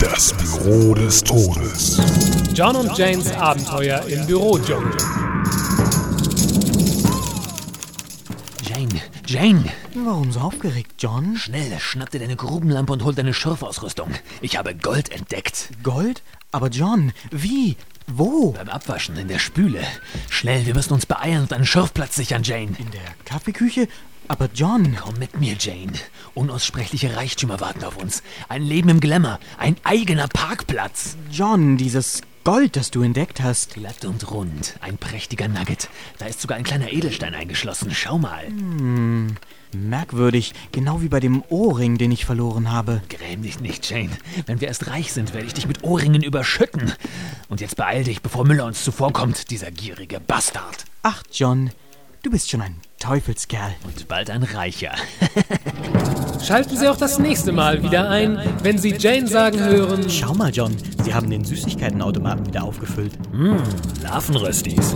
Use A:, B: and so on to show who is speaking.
A: Das Büro des Todes.
B: John und Janes Abenteuer im Büro, John.
C: Jane, Jane!
D: Warum so aufgeregt, John?
C: Schnell, schnapp dir deine Grubenlampe und hol deine Schürfausrüstung. Ich habe Gold entdeckt.
D: Gold? Aber John, wie? Wo?
C: Beim Abwaschen in der Spüle. Schnell, wir müssen uns beeilen und einen Schürfplatz sichern, Jane.
D: In der Kaffeeküche? Aber John,
C: Komm mit mir, Jane. Unaussprechliche Reichtümer warten auf uns. Ein Leben im Glamour. Ein eigener Parkplatz.
D: John, dieses Gold, das du entdeckt hast.
C: Glatt und rund. Ein prächtiger Nugget. Da ist sogar ein kleiner Edelstein eingeschlossen. Schau mal.
D: Merkwürdig, genau wie bei dem Ohrring, den ich verloren habe.
C: Gräm dich nicht, Jane. Wenn wir erst reich sind, werde ich dich mit Ohrringen überschütten. Und jetzt beeil dich, bevor Müller uns zuvorkommt, dieser gierige Bastard.
D: Ach, John, du bist schon ein Teufelskerl.
C: Und bald ein Reicher.
B: Schalten Sie auch das nächste Mal wieder ein, wenn Sie Jane sagen hören.
E: Schau mal, John, sie haben den Süßigkeitenautomaten wieder aufgefüllt.
C: Larvenröstis.